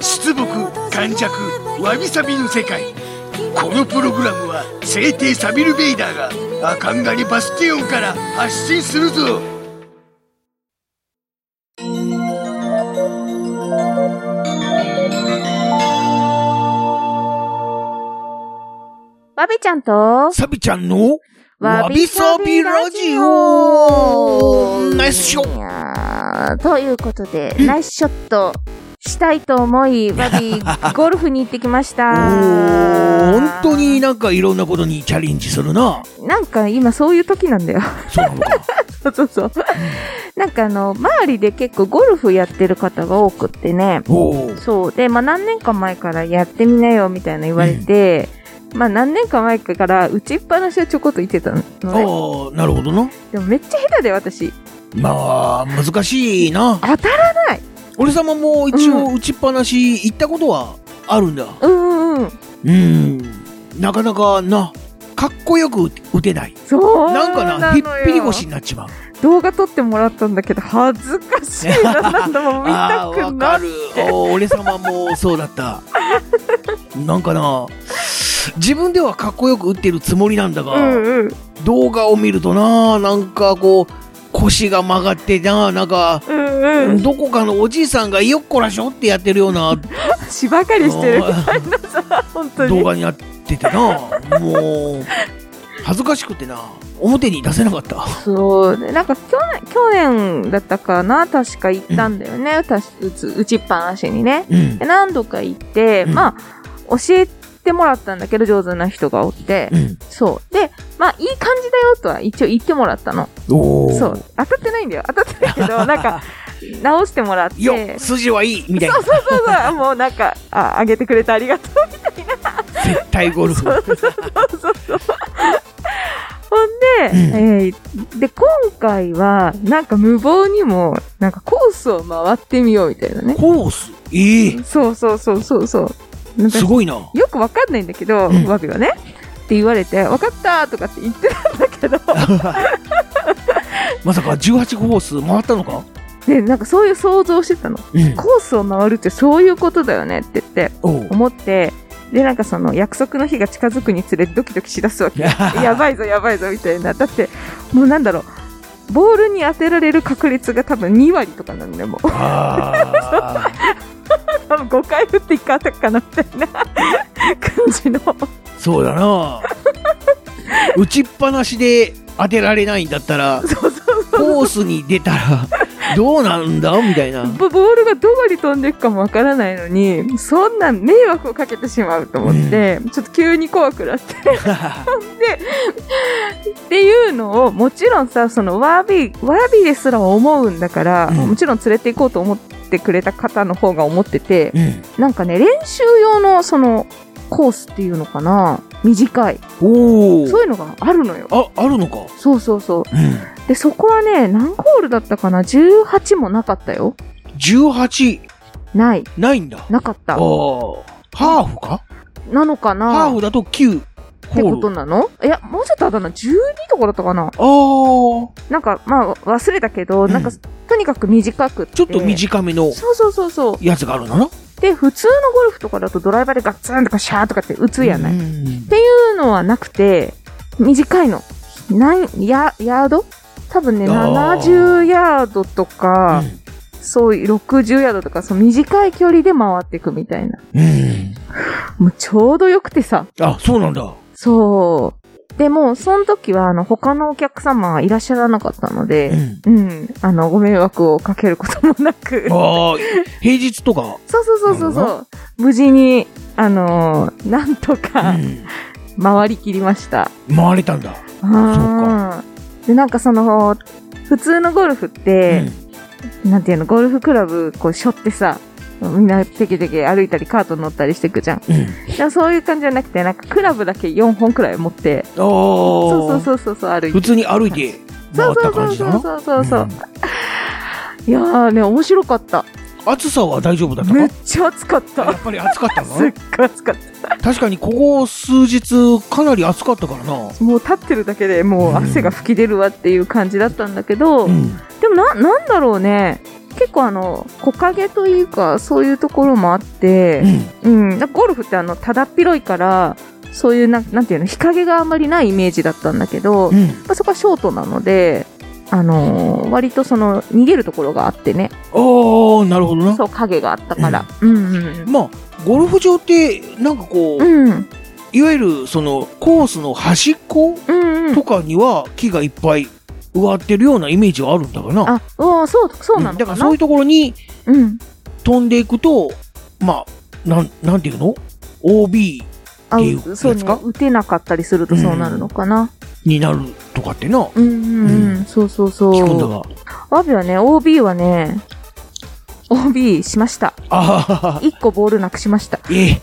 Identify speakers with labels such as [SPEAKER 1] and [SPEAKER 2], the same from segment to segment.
[SPEAKER 1] 出木感弱わびさびの世界このプログラムは聖帝サビル・ベイダーがアカンガリ・バスティオンから発信するぞ
[SPEAKER 2] バビちゃんと、
[SPEAKER 1] サビちゃんの
[SPEAKER 2] わびさびラジオ
[SPEAKER 1] ナイスショッ
[SPEAKER 2] いやーということで、ナイスショットしたいと思い、バ ビ、ゴルフに行ってきました。
[SPEAKER 1] 本当になんかいろんなことにチャレンジするな
[SPEAKER 2] なんか今そういう時なんだよ。
[SPEAKER 1] そうなのか
[SPEAKER 2] そうそうそう。なんかあの、周りで結構ゴルフやってる方が多くってね。
[SPEAKER 1] おー
[SPEAKER 2] そう。で、まあ何年か前からやってみなよみたいな言われて、まあ何年か前かから打ちっぱなしはちょこっと行ってたのね。
[SPEAKER 1] ああなるほどな
[SPEAKER 2] でもめっちゃ下手で私。
[SPEAKER 1] まあ難しいな
[SPEAKER 2] 当たら
[SPEAKER 1] 俺様も一応打ちっぱなし行ったことはあるんだ
[SPEAKER 2] うんうん。
[SPEAKER 1] うんなかなかなかっこよく打てない
[SPEAKER 2] そう
[SPEAKER 1] なんかな、ひっぴり腰
[SPEAKER 2] 腰
[SPEAKER 1] になっちまう。
[SPEAKER 2] 動画撮ってもらったんだけど、恥ずかしいな、なんだもう見
[SPEAKER 1] ああー、
[SPEAKER 2] たく
[SPEAKER 1] わか
[SPEAKER 2] ない。
[SPEAKER 1] る。おー俺様もそうだった。 なんかな、自分ではかっこよく打ってるつもりなんだが、
[SPEAKER 2] うんうん。
[SPEAKER 1] 動画を見るとな、なんかこう、腰が曲がってな、なんか、
[SPEAKER 2] うんうん。
[SPEAKER 1] どこかのおじいさんがよっこらしょってやってるよう な
[SPEAKER 2] 芝刈りしてる。本当
[SPEAKER 1] 動
[SPEAKER 2] に。
[SPEAKER 1] 画になっててな、もう、恥ずかしくてな、表に出せなかった。
[SPEAKER 2] そう。でなんか去年、去年だったかな、確か行ったんだよね。うたし打つ、打ちっぱなしにね。
[SPEAKER 1] うん
[SPEAKER 2] で。何度か行って、
[SPEAKER 1] うん
[SPEAKER 2] まあ、教えてもらったんだけど、上手な人がおって
[SPEAKER 1] う。ん。
[SPEAKER 2] そう。で、まあ、いい感じだよとは一応言ってもらったの。
[SPEAKER 1] おー
[SPEAKER 2] そう。。当たってないんだよ。当たってないけど、なんか、直してもらって。
[SPEAKER 1] よっ、筋はいいみたいな
[SPEAKER 2] そう。そうそうそう、もうなんか、あ、あげてくれてありがとう。
[SPEAKER 1] 絶対ゴルフ。
[SPEAKER 2] そうそう。ほんで、えーで、今回は、なんか無謀にも、なんかコースを回ってみようみたいなね。
[SPEAKER 1] コースええ
[SPEAKER 2] そうそうそうそうそう。なんか
[SPEAKER 1] すごいな。
[SPEAKER 2] よくわかんないんだけど、
[SPEAKER 1] うん
[SPEAKER 2] ワビはね。って言われて、わかったとかって言ってたんだけど、
[SPEAKER 1] まさか18コース回ったのか
[SPEAKER 2] で、なんかそういう想像してたの。
[SPEAKER 1] うん。
[SPEAKER 2] コースを回るってそういうことだよねって言って、
[SPEAKER 1] おう
[SPEAKER 2] 思って、で、なんかその約束の日が近づくにつれドキドキしだ すわけ。やばいぞやばいぞみたいな。だって、もうなんだろう。ボールに当てられる確率が多分2割とかなんで、もう
[SPEAKER 1] あー
[SPEAKER 2] 多分5回打って1回当たるかなみたいな感じの。
[SPEAKER 1] そうだな。打ちっぱなしで当てられないんだったら、
[SPEAKER 2] そうそう
[SPEAKER 1] コースに出たらどうなんだみた いな。
[SPEAKER 2] ボボールがどこに飛んでいくかもわからないのに、そんな迷惑をかけてしまうと思って、ちょっと急に怖くなって。っていうのを、もちろんさ、そのワービー、ワービーですら思うんだから、
[SPEAKER 1] うん
[SPEAKER 2] もちろん連れて行こうと思ってくれた方の方が思ってて、
[SPEAKER 1] うん
[SPEAKER 2] なんかね、練習用のそのコースっていうのかな短い。
[SPEAKER 1] お
[SPEAKER 2] そう
[SPEAKER 1] お。
[SPEAKER 2] いうのがあるのよ。
[SPEAKER 1] あ、あるのか。
[SPEAKER 2] そうそうそう。
[SPEAKER 1] うん。
[SPEAKER 2] で、そこはね、何ホールだったかな ?18 もなかったよ。
[SPEAKER 1] 18
[SPEAKER 2] ない。
[SPEAKER 1] ないんだ。
[SPEAKER 2] なかっ
[SPEAKER 1] あ
[SPEAKER 2] た
[SPEAKER 1] あ。。ハーフか
[SPEAKER 2] なのか
[SPEAKER 1] ハー
[SPEAKER 2] なっ
[SPEAKER 1] フだと9
[SPEAKER 2] てこ
[SPEAKER 1] ホー
[SPEAKER 2] と
[SPEAKER 1] ル。
[SPEAKER 2] なのいや、もうちょっとあだな。12とかだったかな
[SPEAKER 1] ああ。
[SPEAKER 2] なんか、まあ、わ忘れたけど、
[SPEAKER 1] うん
[SPEAKER 2] なんか、とにかく短くて。
[SPEAKER 1] ちょっと短めの
[SPEAKER 2] そうそうそうそう。
[SPEAKER 1] やつがあるのな。
[SPEAKER 2] で、普通のゴルフとかだとドライバーでガッツンとかシャーとかって打つやない。
[SPEAKER 1] うん
[SPEAKER 2] っていうのはなくて、短いの。なん、や、ヤード多分ね、
[SPEAKER 1] あー
[SPEAKER 2] 70ヤードとか、
[SPEAKER 1] う
[SPEAKER 2] そういう60ヤードとか、その短い距離で回っていくみたいな。
[SPEAKER 1] んうん。
[SPEAKER 2] もうちょうどよくてさ。
[SPEAKER 1] あ、そうなんだ。
[SPEAKER 2] そう。でも、その時は、あの、他のお客様はいらっしゃらなかったの
[SPEAKER 1] う
[SPEAKER 2] で、
[SPEAKER 1] ん。
[SPEAKER 2] うん、あの、ご迷惑をかけることもなく、
[SPEAKER 1] ああ、平日とか。
[SPEAKER 2] そうそうそうそう
[SPEAKER 1] なる
[SPEAKER 2] そう、無事に、あのーなんとか
[SPEAKER 1] うん
[SPEAKER 2] 回りきりました。
[SPEAKER 1] 回れたんだ。
[SPEAKER 2] あーで、なんかその、普通のゴルフって、なんていうの、ゴルフクラブ、こう、しょってさ、みんなテケテケ歩いたりカート乗ったりしていくじゃん。でもそういう感じじゃなくて、なんかクラブだけ4本くらい持って、そ
[SPEAKER 1] そ
[SPEAKER 2] うそうそうそうそう歩いて
[SPEAKER 1] 普。通に歩いて回
[SPEAKER 2] そう
[SPEAKER 1] った
[SPEAKER 2] そ
[SPEAKER 1] 感
[SPEAKER 2] う
[SPEAKER 1] じだ
[SPEAKER 2] そ
[SPEAKER 1] な
[SPEAKER 2] うそうそうそう。いやーね、面白かった。
[SPEAKER 1] 暑さは大丈夫だったか
[SPEAKER 2] め
[SPEAKER 1] や
[SPEAKER 2] っちゃ暑かった。
[SPEAKER 1] っぱり暑かった
[SPEAKER 2] すっ
[SPEAKER 1] の
[SPEAKER 2] ごい暑かっ
[SPEAKER 1] 確かにここ数日かなり暑かったからな
[SPEAKER 2] た。もう立ってるだけでもう汗が吹き出るわっていう感じだったんだけど、
[SPEAKER 1] うん
[SPEAKER 2] でもな、なんだろうね。結構あの、木陰というか、そういうところもあって、うん、なんかゴルフってあの、ただっ広いから、そういうなん、なんていうの、日陰があんまりないイメージだったんだけど、
[SPEAKER 1] う
[SPEAKER 2] ま
[SPEAKER 1] ん
[SPEAKER 2] あ、そこはショートなので、あのー割とその、逃げるところがあってね、
[SPEAKER 1] ああなるほどな
[SPEAKER 2] そう、影があったから。うん、うん、
[SPEAKER 1] まあゴルフ場ってなんかこう、
[SPEAKER 2] うん。うん、
[SPEAKER 1] いわゆるそのコースの端っこ
[SPEAKER 2] うん、うん
[SPEAKER 1] と。かには木がいっぱい植わってるようなイメージはあるんだからな
[SPEAKER 2] あ、うん、そう、そうな
[SPEAKER 1] うん
[SPEAKER 2] の
[SPEAKER 1] だ
[SPEAKER 2] か
[SPEAKER 1] から
[SPEAKER 2] な。
[SPEAKER 1] そういうところに
[SPEAKER 2] うん。
[SPEAKER 1] 飛んでいくとまあなんなんていうの ?OB
[SPEAKER 2] あ
[SPEAKER 1] っていう、
[SPEAKER 2] そう
[SPEAKER 1] や
[SPEAKER 2] ね
[SPEAKER 1] つか。
[SPEAKER 2] 打てなかったりするとそうなるのかな。
[SPEAKER 1] になるとかってな
[SPEAKER 2] うん、うん、うん、そうそうそう。
[SPEAKER 1] 聞くんだが
[SPEAKER 2] ワビはね、OB はね、OB しました。
[SPEAKER 1] ああ
[SPEAKER 2] 1個ボールなくしました。
[SPEAKER 1] ええ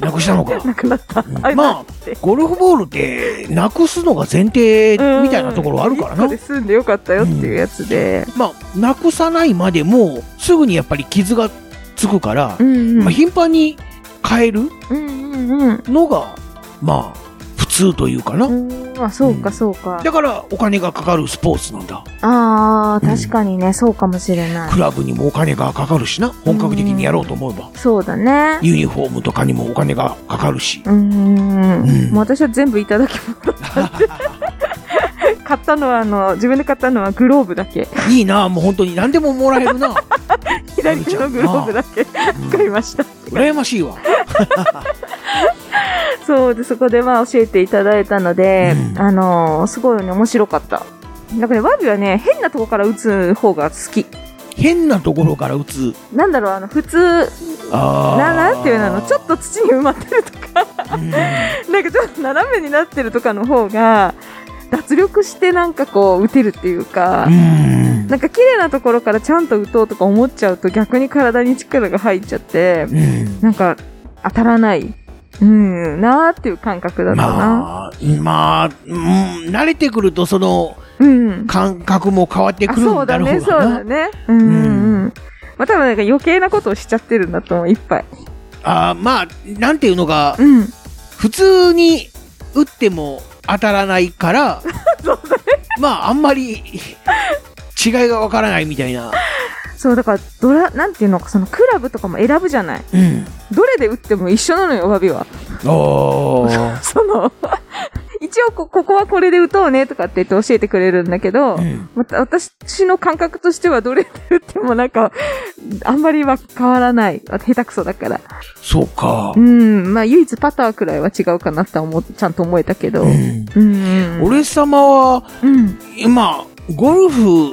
[SPEAKER 1] なくしたのか
[SPEAKER 2] なくなった。
[SPEAKER 1] うん
[SPEAKER 2] あれ
[SPEAKER 1] まあ
[SPEAKER 2] なんて
[SPEAKER 1] ゴルフボールってなくすのが前提みたいなところあるから
[SPEAKER 2] うん一
[SPEAKER 1] な
[SPEAKER 2] 個で済んでよかったよっていうやつで。
[SPEAKER 1] まあなくさないまでもすぐにやっぱり傷がつくから
[SPEAKER 2] う、んうん。
[SPEAKER 1] まあ、頻繁に変える
[SPEAKER 2] うんうんうん
[SPEAKER 1] のがまあ普通というかな、
[SPEAKER 2] うん。あ、そうかそうか。
[SPEAKER 1] だからお金がかかるスポーツなんだ
[SPEAKER 2] ああ、
[SPEAKER 1] うん
[SPEAKER 2] 確かにね、そうかもしれない
[SPEAKER 1] ク。ラブにもお金がかかるしな本格的にやろうと思えば、
[SPEAKER 2] そうだね。
[SPEAKER 1] ユニフォームとかにもお金がかかるし、
[SPEAKER 2] うんうんうん
[SPEAKER 1] うん
[SPEAKER 2] もう私は全部いただき物だ ったんで買ったのはあの自分で買ったのはグローブだけ
[SPEAKER 1] いいなもう本当に何でももらえる な
[SPEAKER 2] 左手のグローブだけ買いました
[SPEAKER 1] 羨ましいわ
[SPEAKER 2] そうでそこでまあ教えていただいたので、
[SPEAKER 1] うん
[SPEAKER 2] あのーすごいね面白かっただからねワビはね変なとこから打つ方が好き
[SPEAKER 1] 変なところから打つ
[SPEAKER 2] なんだろうあの普通
[SPEAKER 1] あー
[SPEAKER 2] ななんていうのちょっと土に埋まってるとか
[SPEAKER 1] うん
[SPEAKER 2] なんかちょっと斜めになってるとかの方が脱力してなんかこう打てるっていうか、
[SPEAKER 1] うん
[SPEAKER 2] なんか綺麗なところからちゃんと打とうとか思っちゃうと逆に体に力が入っちゃって
[SPEAKER 1] うん
[SPEAKER 2] なんか当たらないうんなーっていう感覚だったな、
[SPEAKER 1] まあ、まあ、うん、慣れてくるとその
[SPEAKER 2] うん
[SPEAKER 1] 感覚も変わって
[SPEAKER 2] あ
[SPEAKER 1] くる
[SPEAKER 2] そ
[SPEAKER 1] ん
[SPEAKER 2] う
[SPEAKER 1] だ
[SPEAKER 2] だ
[SPEAKER 1] ろ
[SPEAKER 2] ね、
[SPEAKER 1] う
[SPEAKER 2] そう
[SPEAKER 1] がな。
[SPEAKER 2] だね。うんうんうん。まあ、多分なんか余計なことをしちゃってるんだと思う、いっぱい。
[SPEAKER 1] あーまあ、なんていうのが、
[SPEAKER 2] うん。
[SPEAKER 1] 普通に打っても当たらない から、まあ、あんまり違いがわからないみたいな。
[SPEAKER 2] そう、だから、ドラ、なんていうのか、そのクラブとかも選ぶじゃない。
[SPEAKER 1] うん。
[SPEAKER 2] どれで打っても一緒なのよ、詫びは。
[SPEAKER 1] おー。
[SPEAKER 2] その、 一応こ、ここはこれで打とうねとかって言って教えてくれるんだけど、
[SPEAKER 1] うん
[SPEAKER 2] また私の感覚としてはどれで打ってもなんか、あんまりは変わらない。あ下手くそだから。
[SPEAKER 1] そうか
[SPEAKER 2] う。ん。まあ、唯一パターくらいは違うかなって思う、ちゃんと思えたけど。
[SPEAKER 1] うん
[SPEAKER 2] うん。
[SPEAKER 1] 俺様は、
[SPEAKER 2] うん。
[SPEAKER 1] 今、ゴルフ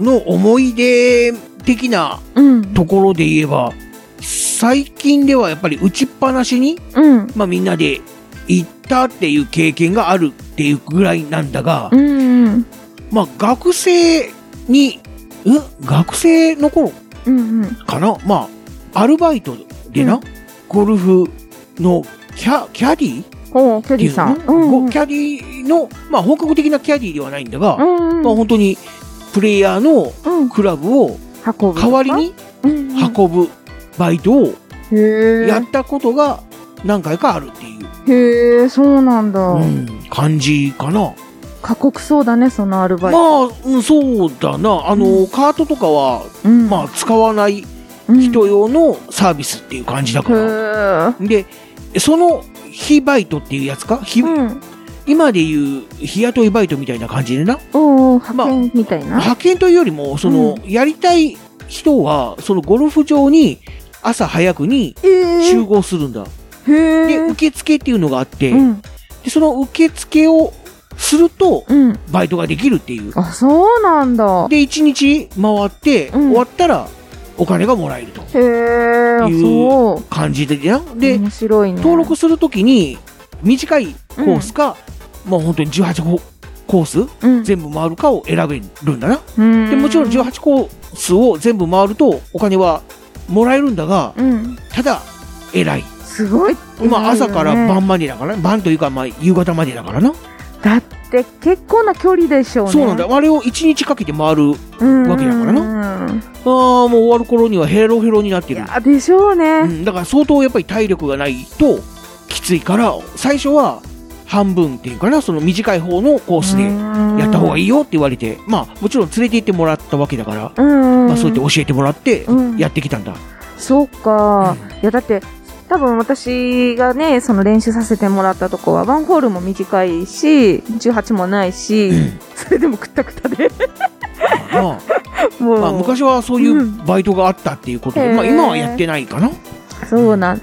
[SPEAKER 1] の思い出的な
[SPEAKER 2] うん。
[SPEAKER 1] ところで言えば、最近ではやっぱり打ちっぱなしに、
[SPEAKER 2] うん。
[SPEAKER 1] まあ、みんなで行ったっていう経験があるっていうぐらいなんだが、
[SPEAKER 2] うんうん
[SPEAKER 1] まあ、学生に、うん学生の頃
[SPEAKER 2] うんうん
[SPEAKER 1] かなまあ、アルバイトでな、
[SPEAKER 2] うん
[SPEAKER 1] ゴルフのキャ、キャディっ
[SPEAKER 2] おうキ
[SPEAKER 1] て
[SPEAKER 2] ャデ
[SPEAKER 1] い
[SPEAKER 2] ィ
[SPEAKER 1] うの
[SPEAKER 2] さん。うんうん
[SPEAKER 1] ごキャディの、まあ、本格的なキャディではないんだが、
[SPEAKER 2] うん
[SPEAKER 1] まあ、
[SPEAKER 2] うん
[SPEAKER 1] 本当に、プレイヤーの
[SPEAKER 2] うん
[SPEAKER 1] クラブを
[SPEAKER 2] 運ぶ。
[SPEAKER 1] 代わりに
[SPEAKER 2] うんうん。
[SPEAKER 1] 運ぶバイトを
[SPEAKER 2] へ
[SPEAKER 1] や
[SPEAKER 2] え
[SPEAKER 1] っ。たことが何回かあるっていう、
[SPEAKER 2] へえ、そうなんだ。
[SPEAKER 1] うん感じかな。
[SPEAKER 2] 過酷そうだね、そのアルバイ
[SPEAKER 1] ま
[SPEAKER 2] ト。
[SPEAKER 1] あ、うんそうだな。あの、
[SPEAKER 2] う
[SPEAKER 1] カートとかは、
[SPEAKER 2] うん
[SPEAKER 1] まあ、使わない
[SPEAKER 2] うん
[SPEAKER 1] 人用のサービスっていう感じだから。
[SPEAKER 2] へ
[SPEAKER 1] で、その、非バイトっていうやつか、非
[SPEAKER 2] え。うん。
[SPEAKER 1] 今でいう日雇いバイトみたいな感じでな。
[SPEAKER 2] おお、
[SPEAKER 1] まあ
[SPEAKER 2] 派遣みたいな。
[SPEAKER 1] 派遣というよりも、その、やりたい人は、そのゴルフ場に朝早くに
[SPEAKER 2] え
[SPEAKER 1] 集
[SPEAKER 2] え。
[SPEAKER 1] 合するんだ。
[SPEAKER 2] へ
[SPEAKER 1] で、
[SPEAKER 2] え。
[SPEAKER 1] 受付っていうのがあって、
[SPEAKER 2] うん。
[SPEAKER 1] でその受付をすると、
[SPEAKER 2] うん。
[SPEAKER 1] バイトができるっていう。
[SPEAKER 2] あ、そうなんだ。
[SPEAKER 1] で、1日回って、
[SPEAKER 2] うん
[SPEAKER 1] 終わったらお金がもらえると。
[SPEAKER 2] へえ、あ
[SPEAKER 1] いう
[SPEAKER 2] そう。
[SPEAKER 1] 感じでな。で、
[SPEAKER 2] 面白いね。
[SPEAKER 1] 登録するときに、短いコースか、もう本当に18ココース、
[SPEAKER 2] うん。
[SPEAKER 1] 全部回るかを選べるんだな。
[SPEAKER 2] うん
[SPEAKER 1] で、もちろん18コースを全部回ると、お金はもらえるんだが
[SPEAKER 2] うん。
[SPEAKER 1] ただ偉い
[SPEAKER 2] すごいってなるよね。
[SPEAKER 1] まあ朝から晩までだから晩というかまあ夕方までだからな
[SPEAKER 2] だって結構な距離でしょうね。
[SPEAKER 1] そうなんだ。あれを1日かけて回る
[SPEAKER 2] うん。
[SPEAKER 1] わけだからああ
[SPEAKER 2] な。
[SPEAKER 1] もう終わる頃にはヘロヘロになっ
[SPEAKER 2] い
[SPEAKER 1] てる
[SPEAKER 2] や、でしょう
[SPEAKER 1] う
[SPEAKER 2] ね。
[SPEAKER 1] ん、だから相当やっぱり体力がないときついから最初は半分っていうかなその短い方のコースでやった方が
[SPEAKER 2] いい。
[SPEAKER 1] いいよって言われてまあもちろん連れて行ってもらったわけだから、
[SPEAKER 2] うん。
[SPEAKER 1] まあ、そうやって教えてもらって
[SPEAKER 2] うん
[SPEAKER 1] やってきたんだ、
[SPEAKER 2] そうか、
[SPEAKER 1] う
[SPEAKER 2] いやだって多分私がねその練習させてもらったとこはワンホールも短いし18もないし、
[SPEAKER 1] うん
[SPEAKER 2] それでもくったくたで
[SPEAKER 1] ま
[SPEAKER 2] も
[SPEAKER 1] あ
[SPEAKER 2] う、
[SPEAKER 1] まあ昔はそうい
[SPEAKER 2] うん
[SPEAKER 1] うバイトがあったっていうことで、
[SPEAKER 2] へー
[SPEAKER 1] まあ、今はやってないかな、
[SPEAKER 2] そうなん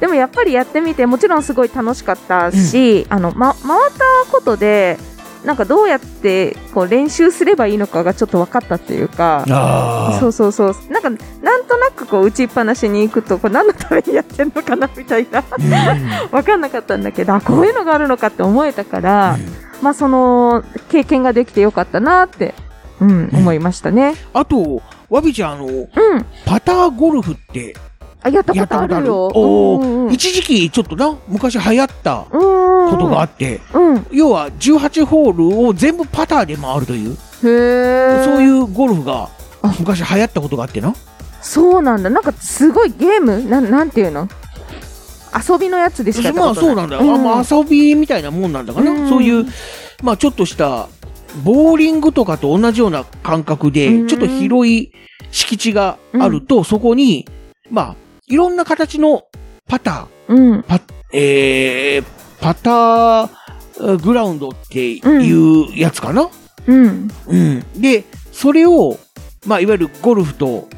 [SPEAKER 2] でもやっぱりやってみてもちろんすごい楽しかったし、あのま、回ったことでなんかどうやってこう練習すればいいのかがちょっと分かったっていうか
[SPEAKER 1] あ
[SPEAKER 2] そうそうそうなんかなんとなくこう打ちっぱなしに行くとこれ何のためにやってるのかなみたいな 分かんなかったんだけどあこういうのがあるのかって思えたから、まあその経験ができてよかったなって、うん、
[SPEAKER 1] うん
[SPEAKER 2] 思いましたね。
[SPEAKER 1] あとわびちゃんあの
[SPEAKER 2] うん、
[SPEAKER 1] パターゴルフって
[SPEAKER 2] あやった
[SPEAKER 1] や
[SPEAKER 2] こ
[SPEAKER 1] った
[SPEAKER 2] とあ
[SPEAKER 1] ことあ
[SPEAKER 2] る
[SPEAKER 1] る
[SPEAKER 2] よ。
[SPEAKER 1] お
[SPEAKER 2] う
[SPEAKER 1] ー
[SPEAKER 2] んうんうん
[SPEAKER 1] 一時期ちょっとな昔流行った
[SPEAKER 2] うんうん
[SPEAKER 1] ことがあって、
[SPEAKER 2] うん、
[SPEAKER 1] 要は18ホールを全部パターで回るという、
[SPEAKER 2] へえ。
[SPEAKER 1] そう
[SPEAKER 2] う。
[SPEAKER 1] いうゴルフが
[SPEAKER 2] あ
[SPEAKER 1] 昔流行ったことがあってな
[SPEAKER 2] そうなんだ。なんかすごいゲームなんなんていうの遊びのやつでしかやった
[SPEAKER 1] まあ
[SPEAKER 2] こと
[SPEAKER 1] そう
[SPEAKER 2] な
[SPEAKER 1] な
[SPEAKER 2] い。
[SPEAKER 1] んだ、
[SPEAKER 2] うん
[SPEAKER 1] あまあ、遊びみたいなもんなんだかな、
[SPEAKER 2] うん
[SPEAKER 1] そういう、まあ、ちょっとしたボーリングとかと同じような感覚で、
[SPEAKER 2] うん
[SPEAKER 1] ちょっと広い敷地があると、そこに、まあ、いろんな形のパタ
[SPEAKER 2] うん。
[SPEAKER 1] ー、えー、パターグラウンドっていうやつかな、
[SPEAKER 2] うん。
[SPEAKER 1] うん、で、それを、まあ、いわゆるゴルフと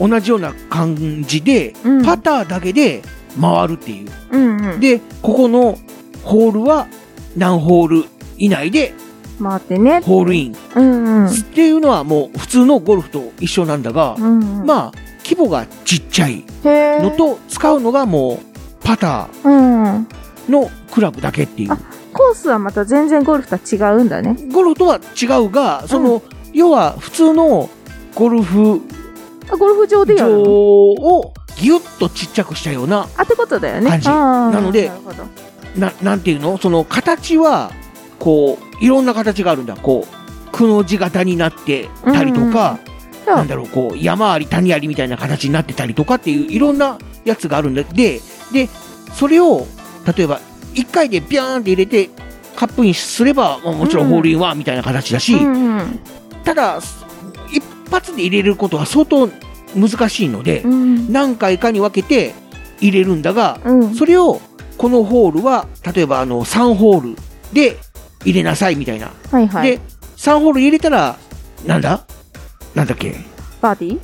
[SPEAKER 1] 同じような感じで、
[SPEAKER 2] うん
[SPEAKER 1] パターだけで回るっていう。
[SPEAKER 2] うんうん。
[SPEAKER 1] で、ここのホールは何ホール以内で
[SPEAKER 2] 回ってね。
[SPEAKER 1] ホールインっ
[SPEAKER 2] うんうん。
[SPEAKER 1] ていうのはもう普通のゴルフと一緒なんだが、
[SPEAKER 2] うんうん、
[SPEAKER 1] まあ、規模がちっちゃい
[SPEAKER 2] あ、へー
[SPEAKER 1] の、と、使うのがもうパタ
[SPEAKER 2] うんうん、
[SPEAKER 1] ーのクラブだけってい
[SPEAKER 2] あ
[SPEAKER 1] う。
[SPEAKER 2] コースはまた全然ゴルフとは違うんだね。
[SPEAKER 1] ゴルフとは違うが、その、要は普通のゴルフ
[SPEAKER 2] あゴルフ場でや
[SPEAKER 1] 場
[SPEAKER 2] るの
[SPEAKER 1] をギュッとちっちゃくしたような、
[SPEAKER 2] あってことだよね。
[SPEAKER 1] 感じ
[SPEAKER 2] あー
[SPEAKER 1] なので
[SPEAKER 2] るほど
[SPEAKER 1] ななんていうのその形は、こう、いろんな形があるんだ。こう、くの字型になってたりとか、
[SPEAKER 2] じゃ
[SPEAKER 1] な
[SPEAKER 2] あ
[SPEAKER 1] んだろう、こう、山あり谷ありみたいな形になってたりとかっていう、いろんなやつがあるんで、で、でそれを、例えば、1回でビャーンって入れて、カップインすれば、まあもちろんホールインワンみたいな形だし、
[SPEAKER 2] うんうん
[SPEAKER 1] ただ、一発で入れることは相当難しいので、
[SPEAKER 2] うん
[SPEAKER 1] 何回かに分けて入れるんだが、
[SPEAKER 2] うん
[SPEAKER 1] それを、このホールは、例えばあの、3ホールで入れなさいみたいな。
[SPEAKER 2] はいはい
[SPEAKER 1] で、3ホール入れたら、なんだなんだっけ
[SPEAKER 2] バーディ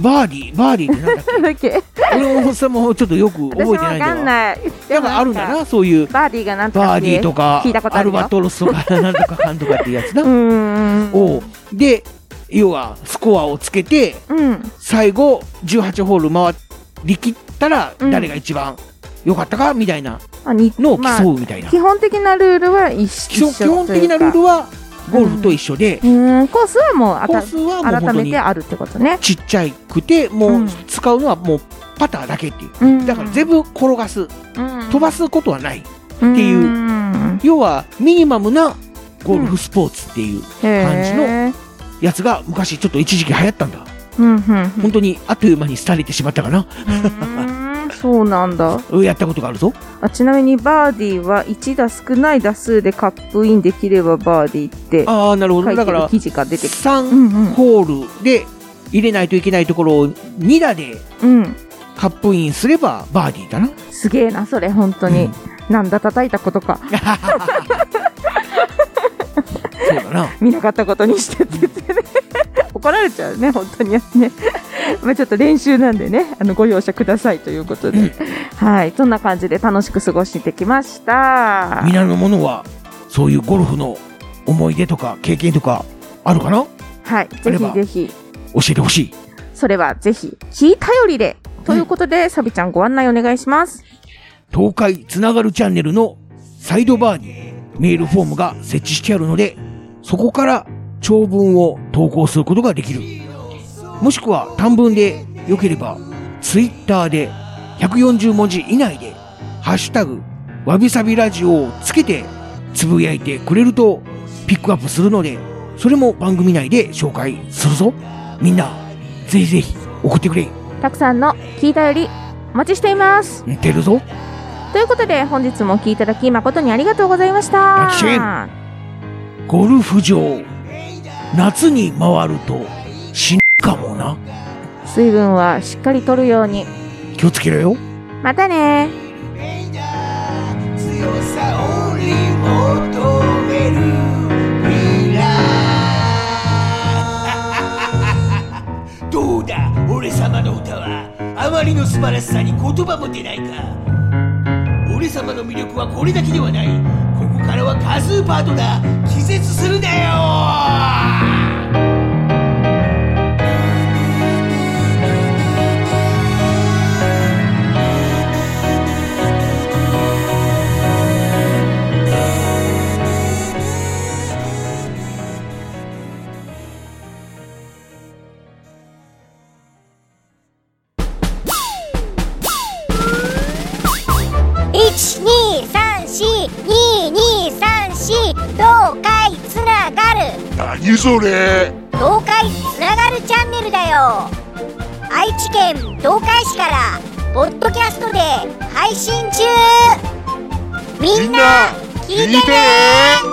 [SPEAKER 1] バーディー、バーディーってなんだっけ
[SPEAKER 2] ーだっけ
[SPEAKER 1] 俺もさもうちょっとよく覚えて
[SPEAKER 2] 私も
[SPEAKER 1] ないん
[SPEAKER 2] わ
[SPEAKER 1] だ
[SPEAKER 2] か
[SPEAKER 1] わ
[SPEAKER 2] んない
[SPEAKER 1] なんかあるんだな、そういう。
[SPEAKER 2] バーディーがなんとか
[SPEAKER 1] バ
[SPEAKER 2] っ
[SPEAKER 1] ー
[SPEAKER 2] て
[SPEAKER 1] デ
[SPEAKER 2] いう
[SPEAKER 1] ィーとか
[SPEAKER 2] 聞いたこ、とあ
[SPEAKER 1] ア
[SPEAKER 2] る
[SPEAKER 1] ル
[SPEAKER 2] よ
[SPEAKER 1] バトロスとか、なんとかかんとかっていうやつな。
[SPEAKER 2] うんうんうん
[SPEAKER 1] をで、要は、スコアをつけて、
[SPEAKER 2] うん
[SPEAKER 1] 最後、18ホール回りきったら、
[SPEAKER 2] うん
[SPEAKER 1] 誰が一番良かったか、みたいな
[SPEAKER 2] あに
[SPEAKER 1] のを
[SPEAKER 2] まあ
[SPEAKER 1] 競うみたいな。
[SPEAKER 2] 基本的なルールは一緒
[SPEAKER 1] 基礎基本的なルール
[SPEAKER 2] は
[SPEAKER 1] は、ゴルフと一緒で、
[SPEAKER 2] うんコースはもうあ
[SPEAKER 1] コー
[SPEAKER 2] た
[SPEAKER 1] スはもう
[SPEAKER 2] 改
[SPEAKER 1] 本当
[SPEAKER 2] め
[SPEAKER 1] に
[SPEAKER 2] てあるってことね
[SPEAKER 1] ちっちゃくて、
[SPEAKER 2] う
[SPEAKER 1] もうん使うのはもうパターだけっていう。だから全
[SPEAKER 2] 部
[SPEAKER 1] 部転がす、飛
[SPEAKER 2] 飛
[SPEAKER 1] ば
[SPEAKER 2] す
[SPEAKER 1] すことはない。
[SPEAKER 2] って
[SPEAKER 1] いう
[SPEAKER 2] 感
[SPEAKER 1] 要はミニマムなゴルフスポーツっていう感じのやつが昔ちょっと一時期流行ったんだ
[SPEAKER 2] うんうん
[SPEAKER 1] 本当にあっという間に廃れてしまったかな
[SPEAKER 2] うんうんそうなんだ
[SPEAKER 1] うんやったことがあるぞ
[SPEAKER 2] あちなみにバーディーは1打少ない打数でカップインできればバーディーって
[SPEAKER 1] ああなるほ
[SPEAKER 2] 書
[SPEAKER 1] ど
[SPEAKER 2] い
[SPEAKER 1] だ
[SPEAKER 2] て
[SPEAKER 1] か
[SPEAKER 2] る
[SPEAKER 1] ら
[SPEAKER 2] 記事が出てきてう
[SPEAKER 1] 3
[SPEAKER 2] んうん
[SPEAKER 1] ホールで入れないといけないところを2打で
[SPEAKER 2] うん
[SPEAKER 1] カップインすればバーディーだな
[SPEAKER 2] すげえなそれ本当に、
[SPEAKER 1] うん
[SPEAKER 2] なんだ叩いたことか
[SPEAKER 1] そうだな
[SPEAKER 2] 見なかったことにしてって言 ってね怒られちゃうね本当にね まあちょっと練習なんでねあのご容赦くださいということではいそんな感じで楽しく過ごしてきました
[SPEAKER 1] 皆の者はそういうゴルフの思い出とか経験とかあるかな
[SPEAKER 2] は
[SPEAKER 1] あ
[SPEAKER 2] いぜ
[SPEAKER 1] れ
[SPEAKER 2] ひ
[SPEAKER 1] ば
[SPEAKER 2] ぜひ
[SPEAKER 1] 教えてほしい
[SPEAKER 2] それはぜひ聞いたよりでということで、サビちゃんご案内お願いします
[SPEAKER 1] 東海つながるチャンネルのサイドバーにメールフォームが設置してあるので、そこから長文を投稿することができる。もしくは短文で良ければツイッターで140文字以内で、ハッシュタグ、わびさびラジオをつけて、つぶやいてくれると、ピックアップするので、それも番組内で紹介するぞ。みんな、ぜひぜひ送ってくれ。
[SPEAKER 2] たくさんの聞いたよりお待ちしています
[SPEAKER 1] 似てるぞ。
[SPEAKER 2] ということで本日もお聞きいただき誠にありがとうございまし
[SPEAKER 1] ラッ
[SPEAKER 2] た
[SPEAKER 1] キーゴルフ場、夏に回ると死ぬかもな。
[SPEAKER 2] 水分はしっかりとるように
[SPEAKER 1] 気をつけろよ。
[SPEAKER 2] またね
[SPEAKER 3] 強さを追い求める未来 どうだ俺様の歌はあまりの素晴らしさに言葉も出ないか俺様の魅力はこれだけではないここからはカズーパートだ気絶するなよ
[SPEAKER 4] 12342234東海つながる
[SPEAKER 5] 何それ
[SPEAKER 4] 東海つながるチャンネルだよ愛知県東海市からポッドキャストで配信中みんな聞いてね